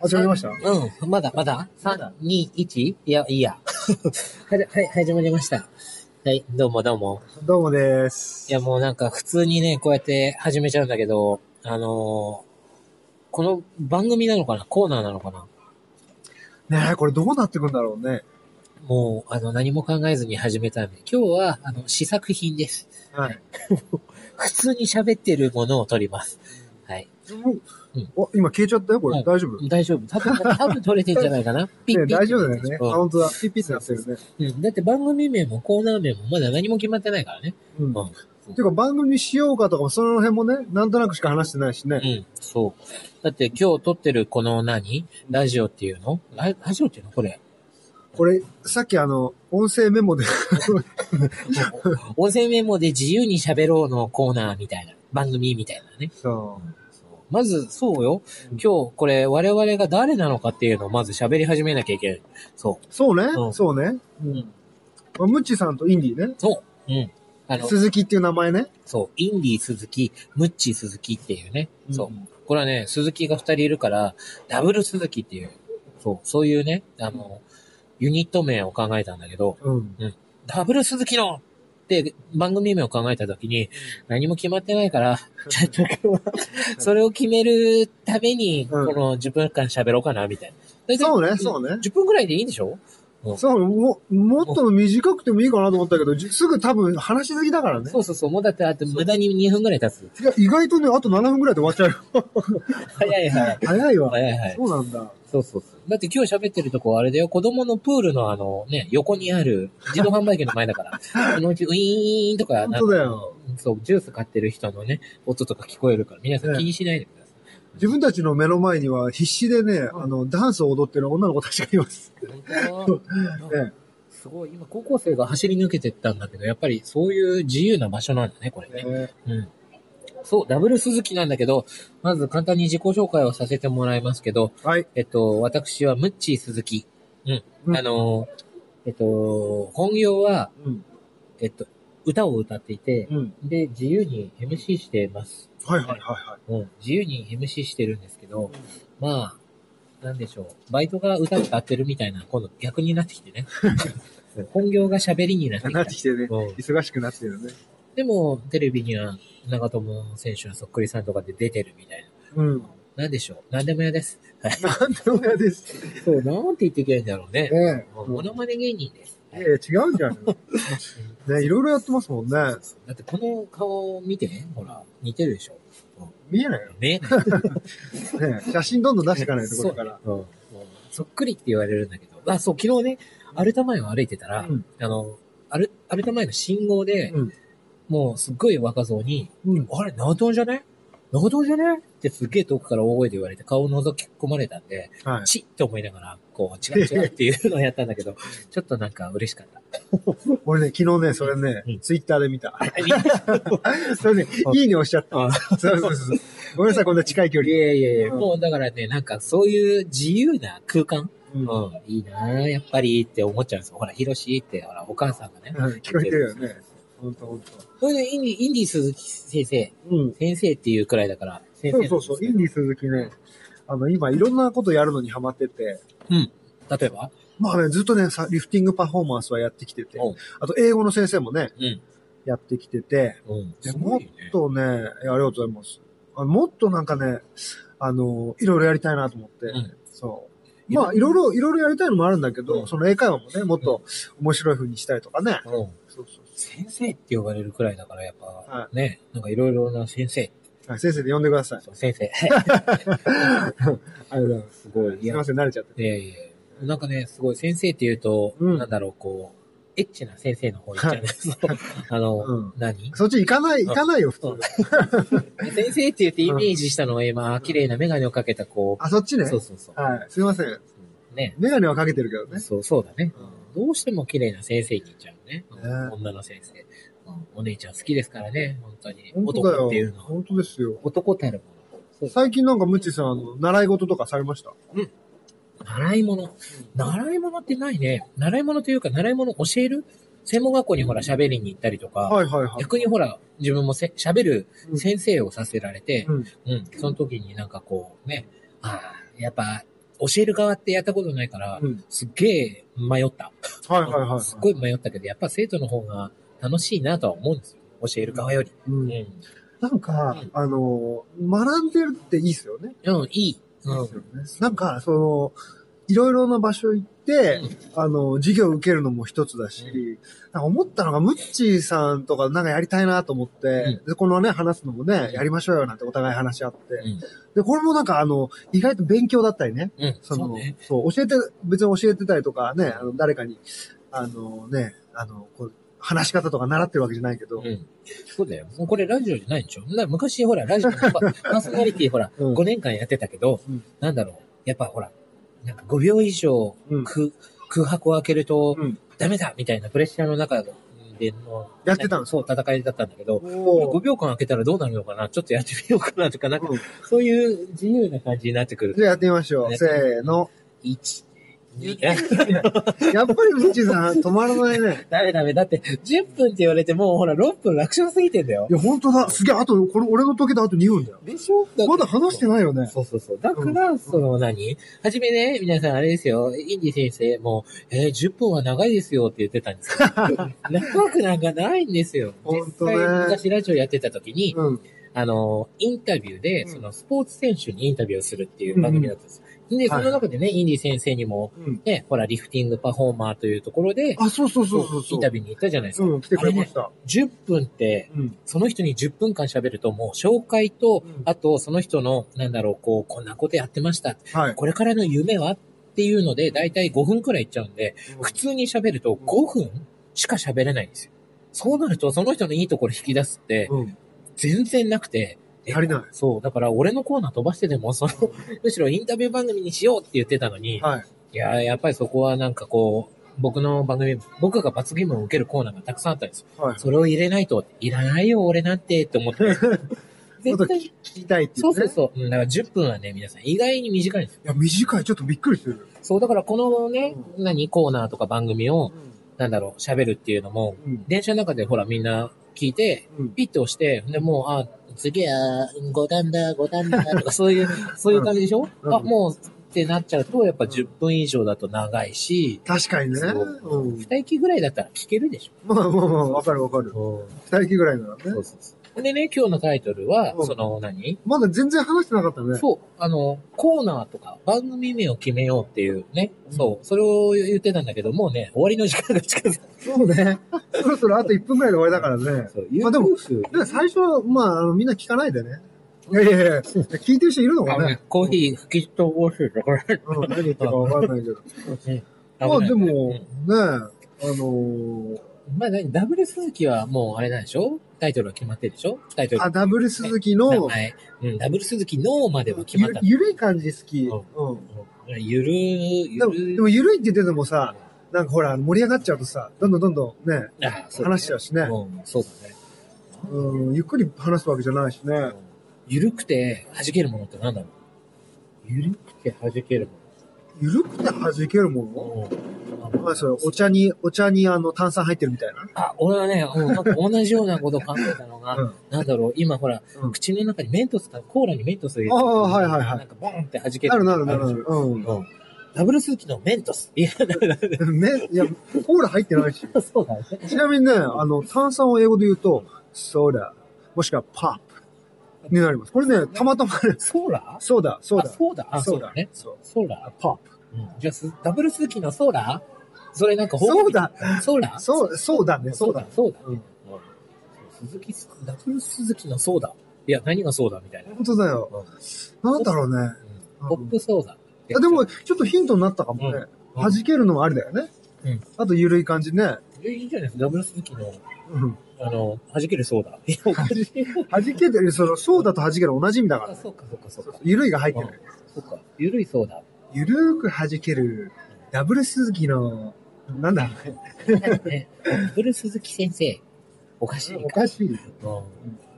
始まりましたうん。まだまだまだ ?3、2、1? いや、いいや。 はい、はい、始まりました。はい、どうもどうも。どうもです。いや、もうなんか普通にね、こうやって始めちゃうんだけど、あのーこの番組なのかなコーナーなのかなねえ、これどうなってくんだろうね。もう、あの、何も考えずに始めたんで、今日は、あの、試作品です。はい。普通に喋ってるものを撮ります。はい。もううんお今消えちゃったよ、これ。はい大丈夫。ね大丈夫。多分、多分撮れてんじゃない かなピッピッ大丈夫だよね。あ、うん本当だ。ピッピッってなってるね。うん。だって番組名もコーナー名もまだ何も決まってないからね。うん。うんていうか、番組にしようかとかも、その辺もね、なんとなくしか話してないしね。うん、そう。だって今日撮ってるこの何ラジオっていうのララジオっていうのこれ。これ、さっきあの、音声メ モで音声メモで自由に喋ろうのコーナーみたいな、番組みたいなね。そ。まず、そうよ。今日これ我々が誰なのかっていうのをまず喋り始めなきゃいけない。そうそうね、うんそうね。う。うん。まあムッチさんとインディね。そう。うん。あの、鈴木っていう名前ね。そう、インディ鈴木、ムッチ鈴木っていうね。そう。んこれはね、鈴木が二人いるから、ダブル鈴木っていう、そう、そういうね、あの、ユニット名を考えたんだけど、うん。ダブル鈴木のって番組名を考えたときに、何も決まってないから、ちょっと今日は それを決めるために、こうんの10分間喋ろうかな、みたいな。大体そうね、そうね。 10分ぐらいでいいんでしょそう、も、もっと短くてもいいかなと思ったけど、じすぐ多分話しすぎだからね。そうそうそう。もうだってあと無駄に2分ぐらい経つ。いや、意外とね、あと7分くらいで終わっちゃうよ。早い早い。早いわ。早い早い。そうなんだ。そうそうそう。だって今日喋ってるとこはあれだよ。子供のプールのあのね、横にある自動販売機の前 だから。そのうちウィーンとか、本なん当かだよ。そう、ジュース買ってる人のね、音とか聞こえるから、皆さん気にしないでください。自分たちの目の前には必死でね、あの、ダンスを踊ってる女の子たちがいます。本当だねすごい、今高校生が走り抜けてったんだけど、やっぱりそういう自由な場所なんだね、これね。ねうん。そう、ダブル鈴木なんだけど、まず簡単に自己紹介をさせてもらいますけど、はい。えっと、私はムッチー鈴木。うん。うんあのー、えっと、本業は、うん。えっと、歌を歌っていて、うん。で、自由に MC しています。はいはいはいはうん。自由に MC してるんですけど、まあ、なんでしょう。バイトが歌歌ってるみたいな、今度逆になってきて ね。本業が喋りになってい。きなたって。きてね、うん忙しくなってるね。でも、テレビには長友選手のそっくりさんとかで出てるみたいな。うん。なんでしょう。なんでも嫌です。なんでも嫌です。ねそう、なんて言っていけないんだろうね。え。モノマネ芸人です。ええ、違うんじゃん。 ねいろいろやってますもんね。だってこの顔を見て、ほら、似てるでしょ。見えないよね。ね。写真どんどん出していかないところから。 うんうんそっくりって言われるんだけど。あ、そう、昨日ね、アルタ前を歩いてたら、うんあの、アル、アルタ前の信号で、うんもうすっごい若造に、うん。あれ、長友じゃね長友じゃねってすっげえ遠くから大声で言われて顔を覗き込まれたんで、はい。チッって思いながら、こう、違う違うっていうのをやったんだ けど、ちょっとなんか嬉しかった。俺ね、昨日ね、それうねん、ツイッターで見た。それね、いいね押しちゃっあた。そうそうそう。ごめんなさい、こんな近い距い離。やいやいや、うん もうだからね、なんかそういう自由な空間、ううんん、いいなぁ、やっぱりって思っちゃうんですよ。ほら、ヒロシって、ほら、お母さんがね。うん聞こえてるよね。ほんとほんと。それで、インディ、インディ鈴木先生、うん。先生っていうくらいだから、先生そなんうですそね、うそう。インディ鈴木ね、あの、今いろんなことやるのにハマってて、例えばまあね、ずっとね、さリフティングパフォーマンスはやってきてておう、あと英語の先生もね、うん。やってきてて、うん。ですごいよあね。とね、いやありがとうございます。あのもっとなんかね、あの、いろいろやりたいなと思って、うんそう。まあ、いろいろ、いろいろやりたいのもあるんだけど、うんその英会話もね、もっと面白い風にしたいとかね。うん。そうそうそ先生って呼ばれるくらいだから、やっぱ、はね、なんかいろいろな先生、うはい先生で呼んでください。そう先生。ありがとうございます。すごい。いすいやま、せん、慣れちゃって。いやいやなんかね、すごい、先生って言うと、うんなんだろう、こう、エッチな先生の方行っちゃうんですよ あの、うん何そっち行かない、行かないよ、普通うん。先生って言ってイメージしたのは今、綺麗なメガネをかけた子。あ、そっちね。そうそうそう。はい。すいません。ね。メガネはかけてるけどね。そう、そうだね。どうしても綺麗な先生に言っちゃうね。ね女の先生、うんお姉ちゃん好きですからね、本当に。本当だ男よ。っていうのは。本当ですよ。男たるもの。そう最近なんかムッチさん、あの、習い事とかされました習い物。習い物ってないね。習い物というか、習い物教える専門学校にほら喋りに行ったりとか、はいはいはい。逆にほら、自分もせ喋るうん先生をさせられて、うん。うん、その時になんかこうね、ああ、やっぱ教える側ってやったことないから、うん。すっげえ迷った。はいはいはいはい。すっごい迷ったけど、やっぱ生徒の方が楽しいなとは思うんですよ。教える側より。ううんん。なんか、あの、学んでるっていいですよね。うん、いい。うんです。よねなんか、その、いろいろな場所行って、あの、授業受けるのも一つだし、うなんか思ったのが、ムッチーさんとかなんかやりたいなと思って、でこのね、話すのもね、やりましょうよなんてお互い話し合って、んで、これもなんかあの、意外と勉強だったりね、うん、そそうの、ね。そう教えて、別に教えてたりとかね、あの誰かに、あのね、あの、こう、話し方とか習ってるわけじゃないけど、うん。そうだよ。もうこれラジオじゃないんでしょな昔ほら、ラジオのパパーソナリティほら、うん5年間やってたけど、うんなんだろう。やっぱほら、なんか5秒以上うん空空白を開けると、うんダメだみたいなプレッシャーの中での、やってたのそう、戦いだったんだけど、おー5秒間開けたらどうなるのかなちょっとやってみようかなとか、なんか、うんそういう自由な感じになってくるじ。ゃあやってみましょう。せーの。 1、2、やっ ぱりムッチーさん止まらないね。ダメダメ。だって、10分って言われても、ほら、6分楽勝すぎてんだよい。や、本当だ。すげえ、あと、これ、俺の時計であと2分だよ。でしょまだ話してないよね。そうそうそう。だから、その何、はじめね、皆さんあれですよ、インディ先生も、えー、10分は長いですよって言ってたんです よ。長くなんかないんですよ。ほんと実ね際、昔ラジオやってた時に、うん。あの、インタビューで、うんそのスポーツ選手にインタビューをするっていう番組だったんですよ。で、その中でね、インディ先生にも、うん。ね、ほら、リフティングパフォーマーというところで、あ、そうそうそうそうそう。インタビューに行ったじゃないですか。うん、来てくれました。 10分って、うん。その人に10分間喋ると、もう紹介と、うんあと、その人の、なんだろう、こう、こんなことやってました。はい。これからの夢はっていうので、だいたい5分くらいいっちゃうんで、普通に喋ると5分しか喋れないんですよ。そうなると、その人のいいところ引き出すって、うん。全然なくて、足りない。そう、だから俺のコーナー飛ばしてでも、その、 むしろインタビュー番組にしようって言ってたのに、はい。いやー、やっぱりそこはなんかこう、僕の番組、僕が罰ゲームを受けるコーナーがたくさんあったんですよ。はい。それを入れないと、いらないよ、俺なんて、って 思って。絶対、聞きたいっていそうね。うそうそう。うんだから10分はね、皆さん、意外に短いんですよ。いや、短い。ちょっとびっくりしてる。そう、だからこのね、何、コーナーとか番組を、なんだろう、喋るっていうのも、うん。電車の中でほら、みんな聞いて、うん。ピッと押して、で、もう、あ、次は、五段だ、五段だ、 とか、そういう、そういう感じでしょ、うんあ、もう、ってなっちゃうと、やっぱ10分以上だと長いし、確かにね。そううん。二駅ぐらいだったら聞けるでしまあまあまあ、わかるわかる。ょ二息ぐらいならそね。うそうそう。でね、今日のタイトルは、うんその何、まだ全然話してなかったね。そう、あの、コーナーとか番組名を決めようっていうね、そう、それを言ってたんだけど、もうね、終わりの時間が近づいてそうね。そろそろあと1分ぐらいで終わりだからね。そう、まあでも YouTube で最初は、まあ、あの、みんな聞かないでね。いやいやいや、聞いてる人いるのあかのねね。コーヒー吹き飛ばしてるこれ。うん、何言ってるかわかんないけど。まあでも、ねえ、あのーまあ、何ダブル鈴木はもうあれなんでしょタイトルは決まってるでしょタイトルあ、。ダブル鈴木名の、前。うん、ダブル鈴木のまでは決まっゆた。ゆるい感じ好き。ううん。ゆるゆでも、るでもゆるいって言っててもさ、なんかほら、盛り上がっちゃうとさ、どんどんどんどんね、あそうだね話しちゃうしね。うん、そうだね。うん、ゆっくり話すわけじゃないしね。ゆるくて弾けるものってなんだろうゆるくて弾けるゆるくて弾けるもものまあそれの、お茶に、お茶にあの炭酸入ってるみたいな。あ、俺は ね、うんなんか同じようなことを考えたのが、うんなんだろう、今ほら、うん口の中にメントスか、コーラにメントス入れああはいはいはいなんかボンって弾ける。なるなるなるなるる。うん。うん。ダブルスーキのメントス。いや、 ね、いや、コーラ入ってないし。そうだね。ちなみにね、あの、炭酸を英語で言うと、ソーダ、もしくはパップになります。これね、たまたまね、ソーラソーダ、ソーあダ。ソーダあ、そうだね。そう。ソーラパップ。うんじゃあす、ダブルスーキのソーラそれなんか、そうだ。ソーラそう、そうだね、そうだ。。そうだ。うん。鈴木、ダブル鈴木のソーダ。いや、何がソーダみたいな。本当だよ。なんだろうね。うんポップソーダ。あでも、、ちょっとヒントになったかもね。うん弾けるのもありだよね。うんあと、ゆるい感じね。いいじゃないですか。ダブル鈴木の、うん。あの、弾けるソー ダ。いや、おかしい。弾けてる、その、そうだと弾ける同じ意味だからあ、。そうか、そうか、そうか。ゆるいが入ってない。そうか。ゆるいソー ダ。ゆるーく弾ける、ダブル鈴木の、なんだ、なんかねダブル鈴木先生。おかしいおか。かしい。うん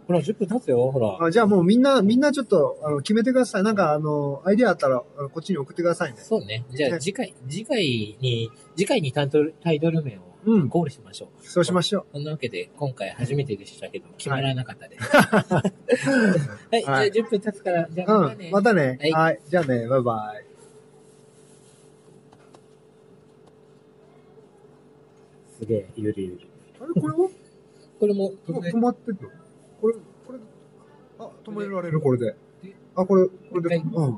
ほら、10分経つよ、ほら。あじゃあもうみんな、みんなちょっと、あの、決めてください。なんか、あの、アイディアあったら、あのこっちに送ってくださいね。そうね。じゃあ、次回、次回に、次回にタイトル、タイトル名をうんゴールしましょう。そうしましょそんなわけで、今回初めてでしたけど、決まらなかったです。はい、はい じゃあ10分経つから、じゃう。あうまたね。ん。またねはい。はい。じゃあね、バイバイ。すげえ、ゆるゆる。あれこれはこれも、もう止まってるのこれ、これ、あ、止められる、これで。あ、これ、これで、一うん。